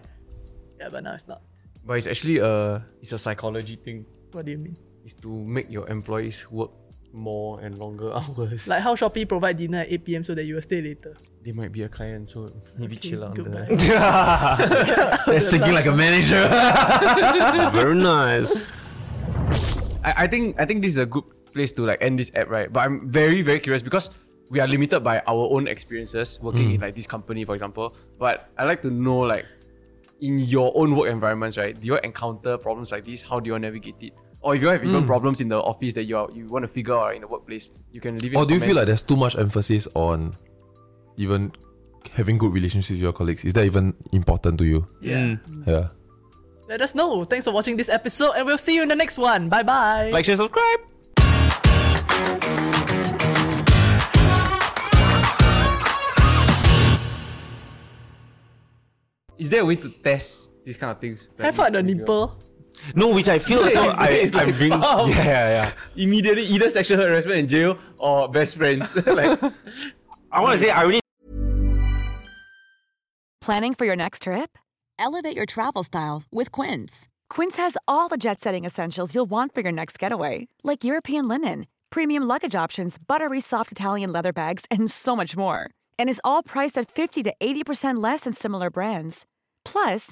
Yeah, but now it's not. But it's actually a it's a psychology thing. What do you mean? It's to make your employees work more and longer hours. Like how Shopee provide dinner at 8 p.m. so that you will stay later. they might be a client, so maybe Okay, chill out. on goodbye. the- That's thinking like a manager. Very nice. I, I think I think this is a good place to like end this app, right? But I'm very very curious because we are limited by our own experiences working in like this company, for example. But I like to know like in your own work environments, right? Do you encounter problems like this? How do you navigate it? Or if you have even problems in the office that you are, you want to figure out in the workplace, you can leave it. in Or Oh, do the you feel like there's comments. too much emphasis on even having good relationships with your colleagues? Is that even important to you? Yeah. Yeah. Let us know. Thanks for watching this episode, and we'll see you in the next one. Bye bye. Like, share, subscribe. Is there a way to test these kind of things? Like, have fun the if you- nipple. No, which I feel is how I, It's I like, oh. bring. wow. Yeah, yeah, yeah. Immediately, either sexual harassment in jail or best friends. like, I want to say I already Planning for your next trip? Elevate your travel style with Quince. Quince has all the jet setting essentials you'll want for your next getaway, like European linen, premium luggage options, buttery soft Italian leather bags, and so much more. And is all priced at 50 to 80% less than similar brands. Plus,